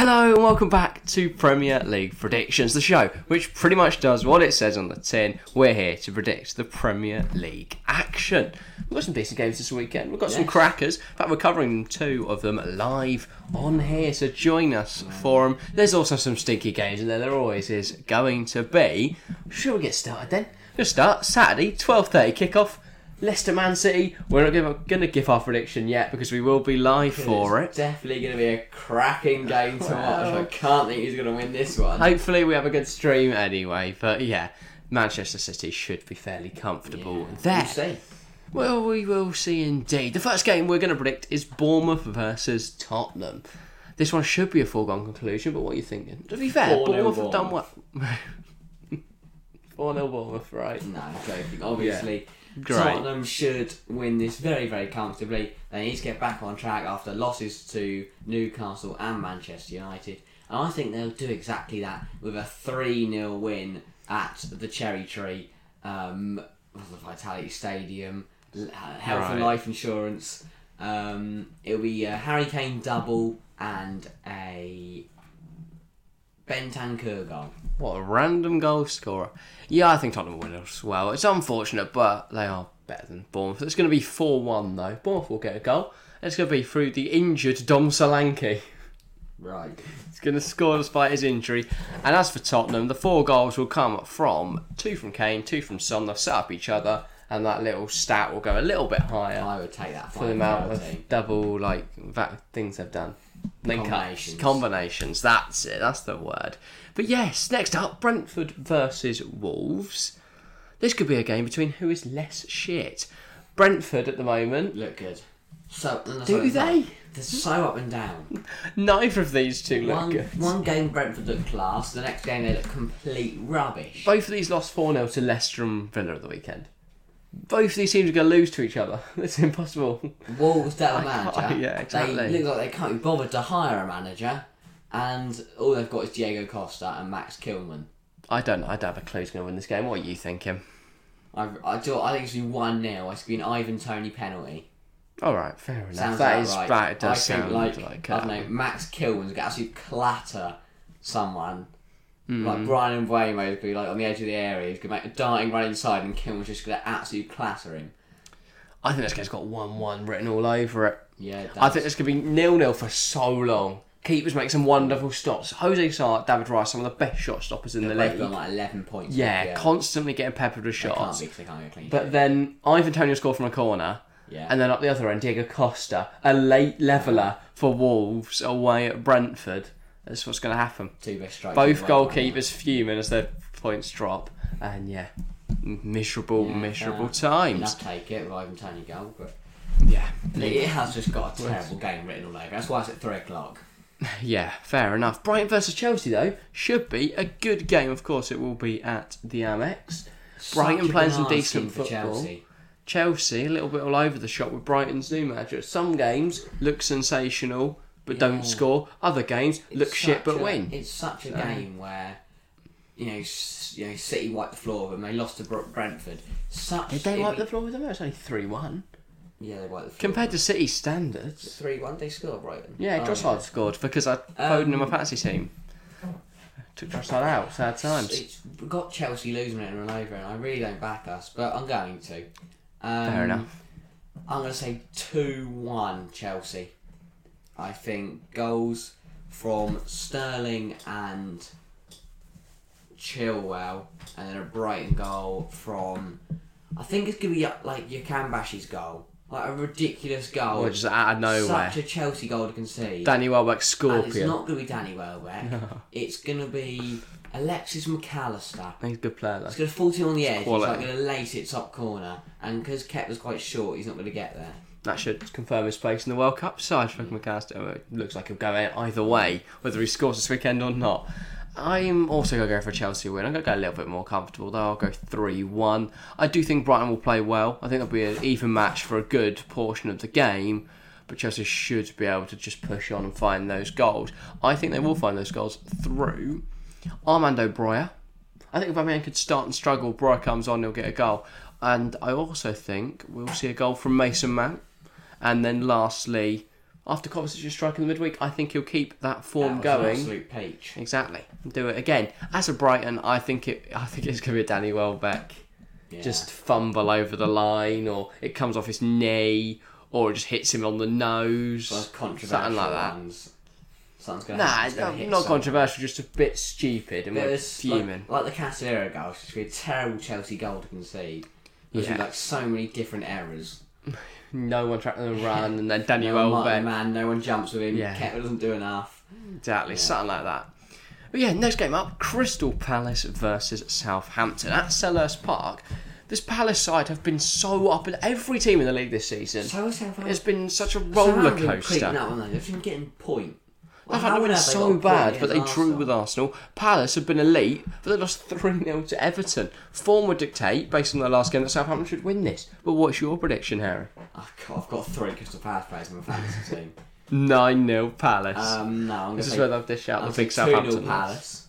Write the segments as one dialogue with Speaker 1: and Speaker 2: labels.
Speaker 1: Hello and welcome back to Premier League Predictions, the show which pretty much does what it says on the tin. We're here to predict the Premier League action. We've got some decent games this weekend. We've got some crackers. In fact, we're covering two of them live on here, so join us for them. There's also some stinky games in there. There always is going to be. Shall we get started then? We'll start Saturday, 12.30 kickoff. Leicester Man City. We're not going to give our prediction yet because we will be live for it.
Speaker 2: It's definitely going to be a cracking game to watch. I can't think he's going to win this one.
Speaker 1: Hopefully, we have a good stream anyway. But yeah, Manchester City should be fairly comfortable there.
Speaker 2: We'll see.
Speaker 1: Well, we will see indeed. The first game we're going to predict is Bournemouth versus Tottenham. This one should be a foregone conclusion, but what are you thinking? To be fair,
Speaker 2: 4-0
Speaker 1: Bournemouth have done well. 4 0 Bournemouth, right?
Speaker 2: No, I'm joking. Obviously,
Speaker 1: Great.
Speaker 2: Tottenham should win this very, very comfortably. They need to get back on track after losses to Newcastle and Manchester United. And I think they'll do exactly that with a 3 0 win at the Cherry Tree, um, the Vitality Stadium, l- uh, Health and
Speaker 1: Right.
Speaker 2: Life Insurance. Um, it'll be a Harry Kane double and a Bentancur goal.
Speaker 1: What a random goal scorer. Yeah, I think Tottenham will win as well. It's unfortunate, but they are better than Bournemouth. It's going to be 4 1, though. Bournemouth will get a goal. It's going to be through the injured Dom Solanke.
Speaker 2: Right.
Speaker 1: He's going to score despite his injury. And as for Tottenham, the four goals will come from two from Kane, two from Son. They'll set up each other, and that little stat will go a little bit higher
Speaker 2: I would take that
Speaker 1: for the amount of double like that things they've done. Link ups,
Speaker 2: Combinations.
Speaker 1: combinations. That's it. That's the word. But yes, next up, Brentford versus Wolves. This could be a game between who is less shit. Brentford at the moment.
Speaker 2: Look good. So no,
Speaker 1: Do
Speaker 2: sorry,
Speaker 1: they?
Speaker 2: They're so up and down.
Speaker 1: Neither of these two look
Speaker 2: One,
Speaker 1: good.
Speaker 2: one game Brentford look class, the next game they look complete rubbish.
Speaker 1: Both of these lost 4 0 to Leicester and Villa at the weekend. Both of these teams are going to lose to each other. It's impossible.
Speaker 2: Wolves don't
Speaker 1: can't-
Speaker 2: manager.
Speaker 1: yeah, exactly.
Speaker 2: They look like they can't be bothered to hire a manager, and all they've got is Diego Costa and Max Kilman.
Speaker 1: I don't I don't have a clue who's going to win this game. What are you thinking?
Speaker 2: I, I, do, I think it's been one 0 It's been Ivan Tony penalty.
Speaker 1: All right, fair enough.
Speaker 2: Sounds
Speaker 1: that
Speaker 2: about
Speaker 1: is
Speaker 2: right.
Speaker 1: that does
Speaker 2: I
Speaker 1: sound
Speaker 2: think,
Speaker 1: like, uh, um,
Speaker 2: like, I don't know. Max Kilman's gonna absolutely clatter someone.
Speaker 1: Hmm.
Speaker 2: Like Brian and Waymo could be like on the edge of the area. He's gonna make a darting run inside, and Kilman's just gonna absolutely clatter him.
Speaker 1: I think this game's got 1 1 written all over it.
Speaker 2: Yeah, it
Speaker 1: I think this could be nil nil for so long. Keepers make some wonderful stops. Jose Sarr, David Rice, some of the best shot stoppers in the
Speaker 2: They've
Speaker 1: league.
Speaker 2: got like eleven points.
Speaker 1: yeah,
Speaker 2: yeah.
Speaker 1: constantly getting peppered with
Speaker 2: They
Speaker 1: shots.
Speaker 2: can't be 'cause they can't get clean.
Speaker 1: But then Ivan Tony scored from a corner.
Speaker 2: Yeah.
Speaker 1: And then up the other end, Diego Costa, a late leveller for Wolves away at Brentford. That's what's going to happen.
Speaker 2: two best strikers.
Speaker 1: Both
Speaker 2: in the world,
Speaker 1: goalkeepers fuming as their points drop. And yeah, m- miserable, miserable
Speaker 2: yeah. And I'll
Speaker 1: times.
Speaker 2: take it with Ivan Tony goal, but
Speaker 1: Yeah.
Speaker 2: it has just got a terrible game written all over. it. That's why it's at three o'clock.
Speaker 1: Yeah, fair enough. Brighton versus Chelsea, though, should be a good game. Of course, it will be at the Amex. Brighton
Speaker 2: Such a
Speaker 1: playing some
Speaker 2: banana
Speaker 1: decent
Speaker 2: skin for
Speaker 1: football.
Speaker 2: Chelsea.
Speaker 1: Chelsea, a little bit all over the shop with Brighton's new manager. Some games look sensational but don't score. Other games look shit
Speaker 2: such
Speaker 1: but
Speaker 2: a-
Speaker 1: win.
Speaker 2: It's such a game where you know, s- you know, City wiped the floor of them. They lost to Br- Brentford. Such
Speaker 1: Did they
Speaker 2: it-
Speaker 1: wipe the floor with them? It was only 3 1.
Speaker 2: Yeah, they wiped the floor.
Speaker 1: Compared to City's standards.
Speaker 2: three one, they scored Brighton.
Speaker 1: Yeah,
Speaker 2: Oh, Um,
Speaker 1: Drossard scored because I voted in my fantasy team. Took Drossard out, sad times.
Speaker 2: It's we've got Chelsea losing it and run over, and I really don't back us, but I'm going to. Um,
Speaker 1: Fair enough.
Speaker 2: I'm going to say two one Chelsea. I think goals from Sterling and Chilwell, and then a Brighton goal from. I think it's going to be uh, like Yakambashi's goal, like a ridiculous goal.
Speaker 1: Or just out of nowhere.
Speaker 2: Such a Chelsea goal to concede.
Speaker 1: Danny Welbeck
Speaker 2: and it's
Speaker 1: Scorpion.
Speaker 2: not going to be Danny Welbeck. It's going to be Alexis McAllister.
Speaker 1: He's a good player though.
Speaker 2: It's going to fall to him on the edge. He's like
Speaker 1: Quality.
Speaker 2: going to lace it top corner, and because Kepler's quite short, he's not going to get there.
Speaker 1: That should confirm his place in the World Cup side for McAllister. It uh, looks like he'll go out either way, whether he scores this weekend or not. I'm also going to go for a Chelsea win. I'm going to go a little bit more comfortable, though. I'll go 3 1. I do think Brighton will play well. I think it'll be an even match for a good portion of the game, but Chelsea should be able to just push on and find those goals. I think they will find those goals through Armando Breuer. I think if Aubameyang could start and struggle, Breuer comes on, he'll get a goal. And I also think we'll see a goal from Mason Mount. And then lastly, after Kovacic striking the midweek, I think he'll keep that form
Speaker 2: That was an
Speaker 1: going.
Speaker 2: absolute peach.
Speaker 1: Exactly. Do it again. As a Brighton, I think it. I think it's going to be a Danny Welbeck
Speaker 2: Yeah.
Speaker 1: just fumble over the line, or it comes off his knee, or it just hits him on the nose,
Speaker 2: Those controversial
Speaker 1: something like that.
Speaker 2: ones. Something's gonna
Speaker 1: Nah,
Speaker 2: it's gonna
Speaker 1: not,
Speaker 2: hit
Speaker 1: not
Speaker 2: someone.
Speaker 1: controversial. Just a bit stupid, and
Speaker 2: It
Speaker 1: we're
Speaker 2: was like-
Speaker 1: fuming.
Speaker 2: Like, the Casero goal, it's a terrible Chelsea goal to concede. There's
Speaker 1: Yeah.
Speaker 2: like so many different errors.
Speaker 1: No one tracked them run, and then Danny
Speaker 2: No one marks the
Speaker 1: Welbeck.
Speaker 2: man, no one jumps with him.
Speaker 1: Yeah.
Speaker 2: Kepa doesn't do enough.
Speaker 1: Exactly, something like that. But yeah, next game up Crystal Palace versus Southampton at Selhurst Park. This Palace side have been so up, and every team in the league this season
Speaker 2: So is Southampton.
Speaker 1: has been such a
Speaker 2: So how
Speaker 1: roller
Speaker 2: have they been creeping
Speaker 1: coaster.
Speaker 2: up on that? They've been getting point.
Speaker 1: I've had
Speaker 2: How have
Speaker 1: been
Speaker 2: they got
Speaker 1: so
Speaker 2: point
Speaker 1: bad,
Speaker 2: against
Speaker 1: but they drew
Speaker 2: Arsenal?
Speaker 1: with Arsenal. Palace have been elite, but they lost 3 0 to Everton. Form would dictate, based on their last game, that Southampton should win this. But what's your prediction, Harry?
Speaker 2: I've got, Ah, I've got three Crystal Palace players in my fantasy team.
Speaker 1: 9 0 Palace.
Speaker 2: Um, no, I'm going to
Speaker 1: this is
Speaker 2: say,
Speaker 1: where they've dished out
Speaker 2: I'm
Speaker 1: the
Speaker 2: gonna
Speaker 1: big
Speaker 2: say 2-0
Speaker 1: Southampton. ones.
Speaker 2: Palace.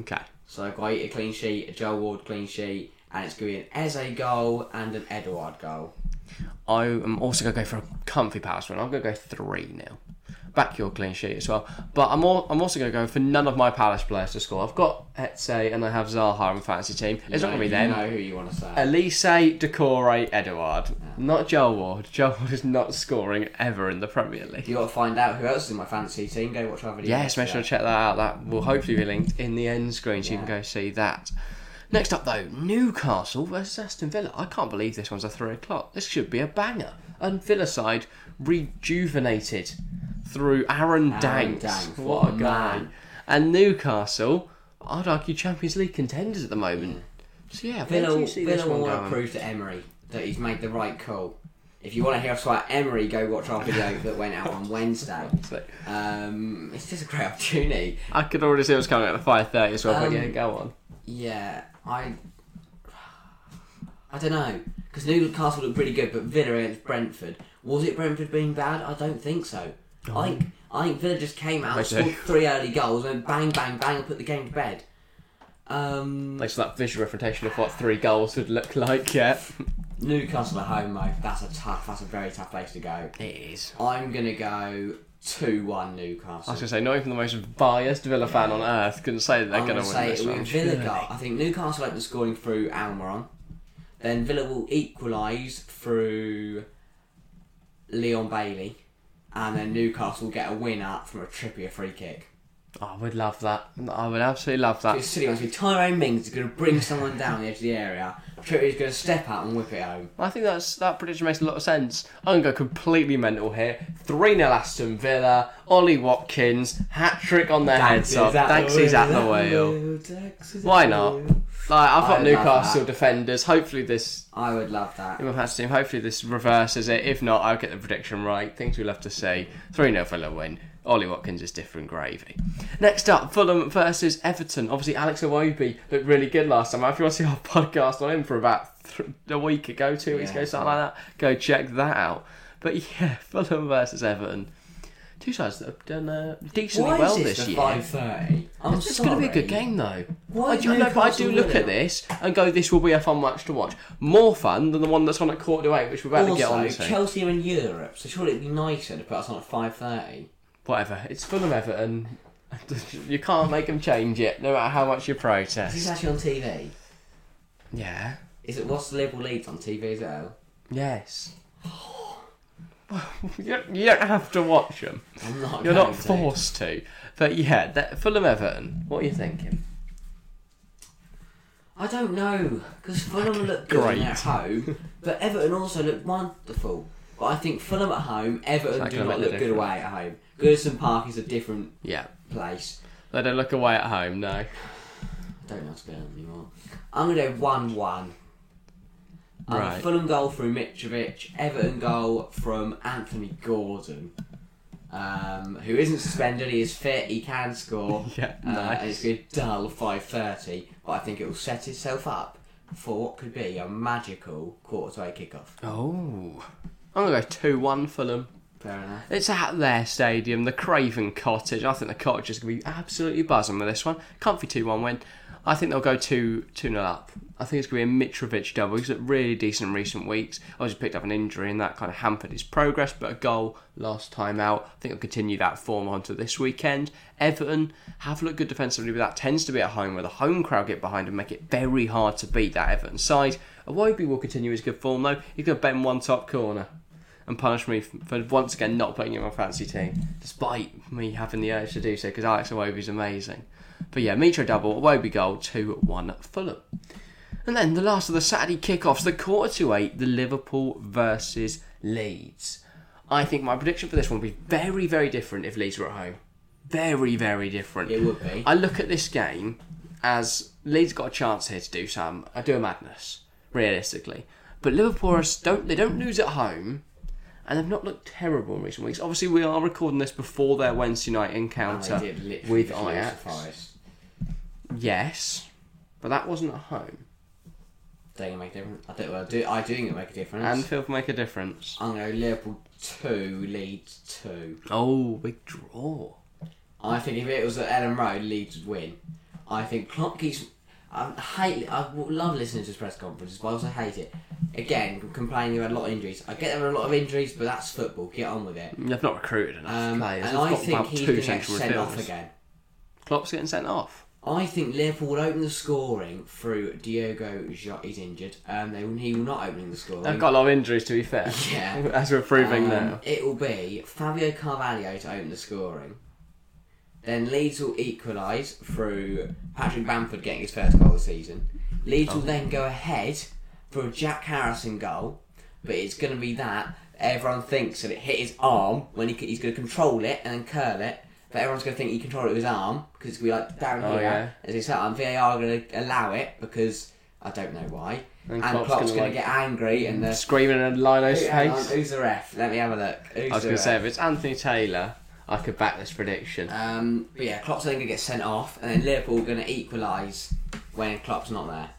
Speaker 1: Okay.
Speaker 2: So I've got a clean sheet, a Joe Ward clean sheet, and it's going to be an Eze goal and an Edward goal.
Speaker 1: I am also going to go for a comfy Palace win. I'm going to go 3 0. Back your clean sheet as well. But I'm, all, I'm also going to go for none of my Palace players to score. I've got Etse and I have Zaha in fantasy team. It's not going to
Speaker 2: You
Speaker 1: be
Speaker 2: know-
Speaker 1: them.
Speaker 2: You know who you want to say.
Speaker 1: Elise, Decore, Eduard. Not Joel Ward. Joel Ward is not scoring ever in the Premier League.
Speaker 2: you got to find out who else is in my fantasy team. Go watch our video.
Speaker 1: Yes, make sure to check that out. That will hopefully be linked in the end screen so you can
Speaker 2: Yeah.
Speaker 1: go see that. Next up, though, Newcastle versus Aston Villa. I can't believe this one's at 3 o'clock. This should be a banger. And Villa side rejuvenated through Aaron,
Speaker 2: Aaron
Speaker 1: Danks.
Speaker 2: Danks,
Speaker 1: What,
Speaker 2: what
Speaker 1: a
Speaker 2: a
Speaker 1: guy.
Speaker 2: man.
Speaker 1: And Newcastle, I'd argue Champions League contenders at the moment. So, yeah, where do
Speaker 2: Villa,
Speaker 1: you see this
Speaker 2: Villa
Speaker 1: one
Speaker 2: want
Speaker 1: going?
Speaker 2: to prove to Emery that he's made the right call. If you want to hear us about Emery, go watch our video that went out on Wednesday.
Speaker 1: So-
Speaker 2: Um, it's just a great opportunity.
Speaker 1: I could already see it was coming at five thirty as well. but
Speaker 2: Um,
Speaker 1: yeah, go on.
Speaker 2: Yeah, I. I don't know because Newcastle looked pretty good, but Villa against Brentford was it Brentford being bad? I don't think so. I think I think Villa just came out,
Speaker 1: They do.
Speaker 2: scored three early goals, and bang, bang, bang, and put the game to bed. Um,
Speaker 1: Thanks for that visual representation of what three goals would look like. Yeah,
Speaker 2: Newcastle at home though, that's a tough, that's a very tough place to go.
Speaker 1: it is.
Speaker 2: I'm gonna go two one
Speaker 1: I
Speaker 2: Newcastle.
Speaker 1: was gonna say, not even the most biased Villa fan on earth couldn't say that they're
Speaker 2: I'm
Speaker 1: gonna
Speaker 2: gonna
Speaker 1: win
Speaker 2: say
Speaker 1: this
Speaker 2: it will
Speaker 1: one.
Speaker 2: be Villa goal. I think Newcastle open scoring through Almiron. Then Villa will equalise through Leon Bailey. And then Newcastle will get a win up from a Trippier free kick.
Speaker 1: Oh, I would love that. I would absolutely love
Speaker 2: It's
Speaker 1: that.
Speaker 2: silly ones. with Tyrone Mings is going to bring someone down the edge of the area. Trippier's going to step out and whip it home.
Speaker 1: I think that's that prediction makes a lot of sense. I'm gonna go completely mental here. Three 0 Aston Villa. Ollie Watkins hat trick on their heads off. Thanks, he's at the wheel.
Speaker 2: Dax is at
Speaker 1: Why
Speaker 2: the
Speaker 1: not? Like
Speaker 2: wheel.
Speaker 1: I've got
Speaker 2: I love
Speaker 1: Newcastle
Speaker 2: that.
Speaker 1: defenders. Hopefully this
Speaker 2: I would love that.
Speaker 1: in my fantasy team. Hopefully this reverses it. If not, I'll get the prediction right. Things we love to see. 3 0 Fulham win. Ollie Watkins is different gravy. Next up, Fulham versus Everton. Obviously, Alex Awobi looked really good last time. If you want to see our podcast on him for about th- a week ago, two weeks
Speaker 2: Yeah.
Speaker 1: ago, something like that, go check that out. But yeah, Fulham versus Everton. Two sides that have done uh, decently
Speaker 2: Why
Speaker 1: well
Speaker 2: is this
Speaker 1: year.
Speaker 2: five thirty? I'm
Speaker 1: It's going to be a
Speaker 2: sorry.
Speaker 1: good game, though.
Speaker 2: Why
Speaker 1: I
Speaker 2: is
Speaker 1: do, no, but I do
Speaker 2: Newcastle
Speaker 1: look at
Speaker 2: winning?
Speaker 1: this and go, this will be a fun match to watch. More fun than the one that's on at quarter to eight, which we're about to get on
Speaker 2: Also,
Speaker 1: to.
Speaker 2: Chelsea are in Europe, so surely it'd be nicer to put us on at five thirty.
Speaker 1: Whatever, it's Fulham Everton. you can't make them change it, no matter how much you
Speaker 2: Is
Speaker 1: protest.
Speaker 2: this actually on TV?
Speaker 1: Yeah.
Speaker 2: Is it what's the Liverpool Leeds on TV as well?
Speaker 1: Yes. you, don't, you don't have to watch them.
Speaker 2: I'm not.
Speaker 1: You're
Speaker 2: going
Speaker 1: not
Speaker 2: to.
Speaker 1: forced to. But yeah, that, Fulham Everton. What are you thinking?
Speaker 2: I don't know because Fulham look good
Speaker 1: Great.
Speaker 2: on their home, but Everton also look wonderful. But I think Fulham at home, Everton
Speaker 1: It's not
Speaker 2: do
Speaker 1: gonna
Speaker 2: not
Speaker 1: make
Speaker 2: look
Speaker 1: the
Speaker 2: good away at home. Goodison Park is a different
Speaker 1: Yeah.
Speaker 2: place.
Speaker 1: They don't look away at home, no.
Speaker 2: I don't know how to spell them anymore. I'm going to go one-one. Um,
Speaker 1: Right.
Speaker 2: Fulham goal through Mitrovic. Everton goal from Anthony Gordon, um, who isn't suspended. He is fit. He can score.
Speaker 1: Yeah,
Speaker 2: Uh,
Speaker 1: nice.
Speaker 2: and it's going to dull 5.30, but I think it will set itself up for what could be a magical quarter to eight kickoff.
Speaker 1: Oh. I'm going to go 2 1 Fulham.
Speaker 2: Fair enough.
Speaker 1: It's at their stadium, the Craven Cottage. I think the cottage is going to be absolutely buzzing with this one. Comfy 2 1 win. I think they'll go 2 2 0 up. I think it's going to be a Mitrovic double. He's looked really decent in recent weeks. Obviously, picked up an injury and that kind of hampered his progress, but a goal last time out. I think he'll continue that form onto this weekend. Everton have looked good defensively, but that tends to be at home where the home crowd get behind and make it very hard to beat that Everton side. Awobi will continue his good form, though. He's going to bend one top corner and punish me f- for once again not putting him on fancy team, despite me having the urge to do so because Alex Awobi's amazing. But yeah, Mitro double, Awobi goal, 2 1 Fulham. And then the last of the Saturday kickoffs, the quarter to eight, the Liverpool versus Leeds. I think my prediction for this one would be very, very different if Leeds were at home. Very, very different.
Speaker 2: It would be.
Speaker 1: I look at this game as Leeds got a chance here to do some, I do a madness, realistically. But Liverpool are- don't they don't lose at home, and they've not looked terrible in recent weeks. Obviously, we are recording this before their Wednesday night
Speaker 2: And
Speaker 1: encounter
Speaker 2: Oh, they did literally
Speaker 1: with
Speaker 2: just lose to
Speaker 1: Ajax.
Speaker 2: Forest.
Speaker 1: Yes, but that wasn't at home.
Speaker 2: They're gonna make a difference. I do. Well, I do. I do think it'll make a difference.
Speaker 1: Anfield make a difference.
Speaker 2: I'm gonna go Liverpool two, Leeds two.
Speaker 1: Oh, big draw.
Speaker 2: I think if it was at Ellen Road, Leeds would win. I think Klopp keeps. I hate. I w- love listening to his press conferences, but I also hate it. Again, complaining about a lot of injuries. I get there are a lot of injuries, but that's football. Get on with it.
Speaker 1: They've not recruited enough
Speaker 2: Um,
Speaker 1: players.
Speaker 2: and
Speaker 1: They've
Speaker 2: I
Speaker 1: got
Speaker 2: think
Speaker 1: about
Speaker 2: he's
Speaker 1: two
Speaker 2: going to get
Speaker 1: central
Speaker 2: sent off
Speaker 1: midfielders.
Speaker 2: again.
Speaker 1: Klopp's getting sent off.
Speaker 2: I think Liverpool will open the scoring through Diogo Jota. He's injured. Um, they will, he will not opening the scoring.
Speaker 1: They've got a lot of injuries, to be fair.
Speaker 2: Yeah.
Speaker 1: As we're proving
Speaker 2: Um,
Speaker 1: now.
Speaker 2: It will be Fabio Carvalho to open the scoring. Then Leeds will equalise through Patrick Bamford getting his first goal of the season. Leeds
Speaker 1: Oh.
Speaker 2: will then go ahead for a Jack Harrison goal, but it's going to be that everyone thinks that it hit his arm when he, c- he's going to control it and then curl it. But everyone's going to think he controlled it with his arm because it's going to be like down
Speaker 1: Oh,
Speaker 2: here.
Speaker 1: yeah.
Speaker 2: As he said, and VAR are going to allow it because I don't know why.
Speaker 1: And
Speaker 2: And,
Speaker 1: Klopp's
Speaker 2: Klopp's,
Speaker 1: gonna,
Speaker 2: going to
Speaker 1: like,
Speaker 2: get angry and the
Speaker 1: Screaming in Lino's
Speaker 2: Hang on,
Speaker 1: face.
Speaker 2: who's the ref? Let me have a look. Who's
Speaker 1: I was
Speaker 2: the
Speaker 1: going to say,
Speaker 2: ref?
Speaker 1: if it's Anthony Taylor, I could back this prediction.
Speaker 2: Um, but yeah, Klopp's then going to get sent off, and then Liverpool going to equalise when Klopp's not there.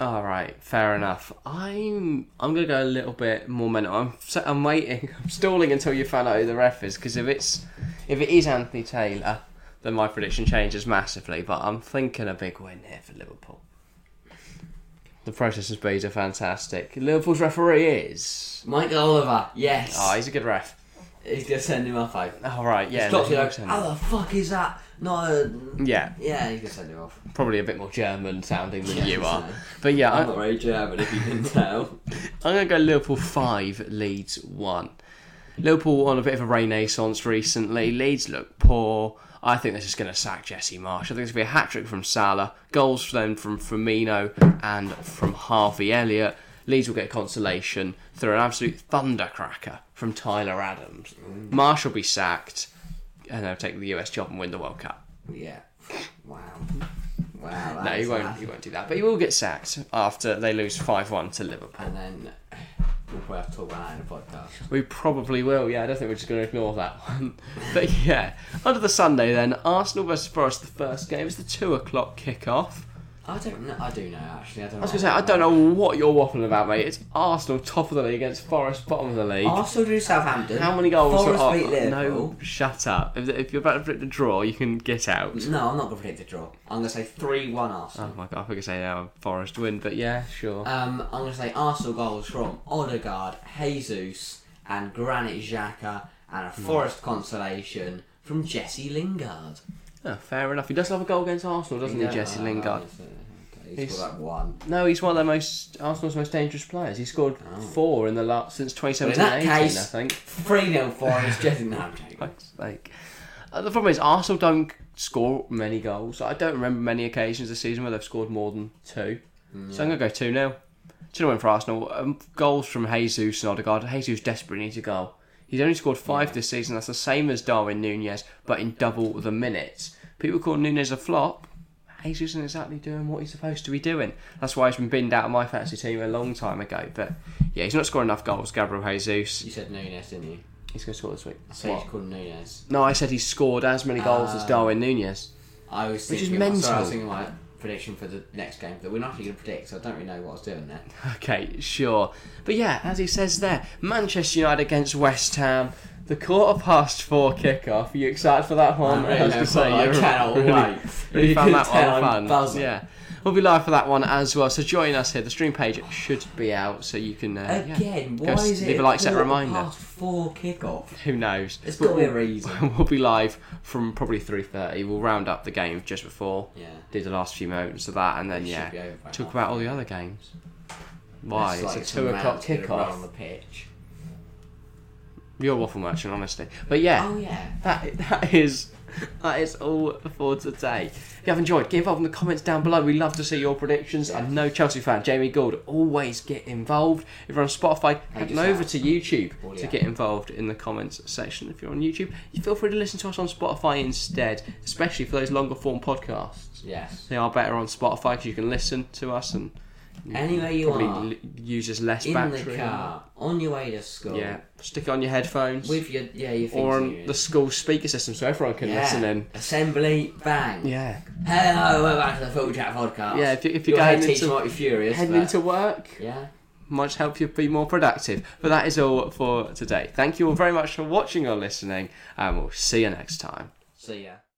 Speaker 1: All right, fair enough. I'm I'm gonna go a little bit more mental. I'm s- I'm waiting. I'm stalling until you find out who the ref is because if it's if it is Anthony Taylor, then my prediction changes massively. But I'm thinking a big win here for Liverpool. The process and speed are fantastic. Liverpool's referee is.
Speaker 2: Michael Oliver, yes.
Speaker 1: Oh, he's a good ref.
Speaker 2: he's going to send him off. I.
Speaker 1: All right, yeah.
Speaker 2: Klopp's going
Speaker 1: Liverpool
Speaker 2: to
Speaker 1: send
Speaker 2: go,
Speaker 1: him
Speaker 2: how the fuck is that? Not a...
Speaker 1: off. Yeah,
Speaker 2: Yeah, he's going to send him off.
Speaker 1: probably a bit more German sounding than
Speaker 2: Yeah,
Speaker 1: you are.
Speaker 2: so.
Speaker 1: But yeah, I-
Speaker 2: I'm not very German, if you can tell.
Speaker 1: I'm going to go Liverpool 5, Leeds 1. Liverpool on a bit of a renaissance recently. Leeds look poor. I think this is going to sack Jesse Marsh. I think it's going to be a hat trick from Salah, goals then from Firmino and from Harvey Elliott. Leeds will get consolation through an absolute thundercracker from Tyler Adams.
Speaker 2: Mm.
Speaker 1: Marsh will be sacked and they'll take the US job and win the World Cup.
Speaker 2: yeah. Wow. Wow.
Speaker 1: No,
Speaker 2: that
Speaker 1: he
Speaker 2: is
Speaker 1: won't.
Speaker 2: bad.
Speaker 1: He won't do that. But he will get sacked after they lose five-one to Liverpool.
Speaker 2: And then we'll probably have to talk about that in the podcast.
Speaker 1: We probably will, yeah. I don't think we're just going to ignore that one. But yeah, under the Sunday then, Arsenal versus Forest, the first game is the two o'clock kickoff.
Speaker 2: I don't know. I do know, actually. I, don't
Speaker 1: I was going to say, I don't know what you're waffling about, mate. It's Arsenal top of the league against Forest bottom of the league.
Speaker 2: Arsenal Oh, do Southampton.
Speaker 1: How many goals
Speaker 2: Forest
Speaker 1: are
Speaker 2: beat Liverpool.
Speaker 1: No, shut up. If, if you're about to predict a draw, you can get out.
Speaker 2: No, I'm not going to predict the draw. I'm going to say 3 1 Arsenal.
Speaker 1: Oh my god, I think I say now Forest win, but yeah, sure.
Speaker 2: Um, I'm going to say Arsenal goals from Odegaard, Jesus, and Granit Xhaka,
Speaker 1: Hmm.
Speaker 2: and a Forest consolation from Jesse Lingard.
Speaker 1: Oh, fair enough. He does love a goal against Arsenal, doesn't he,
Speaker 2: Yeah,
Speaker 1: Jesse
Speaker 2: uh,
Speaker 1: Lingard?
Speaker 2: He's,
Speaker 1: He's-
Speaker 2: he's got that one.
Speaker 1: No, he's one of the most Arsenal's most dangerous players. He scored four in the last since 2017
Speaker 2: Oh. Well, in that
Speaker 1: 18,
Speaker 2: case-
Speaker 1: I think.
Speaker 2: 3 0 Forest, Jesse. No, I'm joking.
Speaker 1: fuck's sake. Uh, the problem is Arsenal don't score many goals. I don't remember many occasions this season where they've scored more than two. So I'm gonna go two 0 Two 0 win for Arsenal. Um, goals from Jesus and Odegaard. Jesus desperately needs a goal. He's only scored five this season. That's the same as Darwin Nunez, but in double the minutes. People call Nunez a flop. Jesus isn't exactly doing what he's supposed to be doing. That's why he's been binned out of my fantasy team a long time ago. But yeah, he's not scoring enough goals. Gabriel Jesus.
Speaker 2: You said Nunes, didn't you?
Speaker 1: He's gonna score this week.
Speaker 2: I said you called Nunes.
Speaker 1: No, I said he scored as many goals
Speaker 2: Ah.
Speaker 1: as Darwin Nunez.
Speaker 2: I was
Speaker 1: Which is
Speaker 2: thinking, Which is sorry, I
Speaker 1: mental.
Speaker 2: was thinking my prediction for the next game that we're not actually going to predict, so I don't really know what I was doing there.
Speaker 1: Okay, sure. But yeah, as he says there, Manchester United against West Ham. The quarter past four kickoff. Are you excited for that one?
Speaker 2: I'm really
Speaker 1: was gonna
Speaker 2: hopeful. I
Speaker 1: you're
Speaker 2: cannot
Speaker 1: really-
Speaker 2: wait.
Speaker 1: Really
Speaker 2: You
Speaker 1: found
Speaker 2: can
Speaker 1: that
Speaker 2: tell I'm
Speaker 1: one fun.
Speaker 2: buzzing.
Speaker 1: Yeah. We'll be live for that one as well. So join us here. The stream page should be out, so you can uh, yeah.
Speaker 2: Again,
Speaker 1: Go
Speaker 2: why
Speaker 1: s-
Speaker 2: is it
Speaker 1: leave a like, set
Speaker 2: quarter
Speaker 1: reminder.
Speaker 2: past four kickoff?
Speaker 1: Who knows?
Speaker 2: It's got to be a reason.
Speaker 1: We'll be live from probably three thirty. We'll round up the game just before.
Speaker 2: Yeah.
Speaker 1: Do the last few moments of that, and then
Speaker 2: It should
Speaker 1: yeah,
Speaker 2: be over by
Speaker 1: talk
Speaker 2: half.
Speaker 1: about all the other games. Why? It's,
Speaker 2: Unless, like,
Speaker 1: a
Speaker 2: some
Speaker 1: two o'clock
Speaker 2: man's gonna run on the
Speaker 1: kickoff.
Speaker 2: pitch.
Speaker 1: You're a waffle merchant, honestly. But yeah,
Speaker 2: Oh yeah.
Speaker 1: That that is that is all for today. If you have enjoyed, get involved in the comments down below. We love to see your predictions. I know Chelsea fan Jamie Gould always get involved. If you're on Spotify, head
Speaker 2: just
Speaker 1: over
Speaker 2: have-
Speaker 1: to YouTube
Speaker 2: Well,
Speaker 1: to
Speaker 2: Oh, yeah.
Speaker 1: get involved in the comments section. If you're on YouTube, you feel free to listen to us on Spotify instead, especially for those longer form podcasts.
Speaker 2: Yes.
Speaker 1: They are better on Spotify because you can listen to us and
Speaker 2: Anywhere you
Speaker 1: probably
Speaker 2: are,
Speaker 1: l- uses less
Speaker 2: in
Speaker 1: battery.
Speaker 2: the car, on your way to school,
Speaker 1: Yeah, stick it on your headphones
Speaker 2: with your yeah
Speaker 1: or
Speaker 2: your things in
Speaker 1: on
Speaker 2: your-
Speaker 1: the school speaker system so everyone can
Speaker 2: yeah.
Speaker 1: listen in.
Speaker 2: assembly bang.
Speaker 1: Yeah.
Speaker 2: Hello, welcome back to the Full Chat podcast.
Speaker 1: Yeah, if you- if you're
Speaker 2: Your
Speaker 1: going
Speaker 2: head teacher
Speaker 1: into-
Speaker 2: might be furious.
Speaker 1: Heading
Speaker 2: but-
Speaker 1: into work
Speaker 2: yeah.
Speaker 1: might help you be more productive. But that is all for today. Thank you all very much for watching or listening, and we'll see you next time.
Speaker 2: See ya.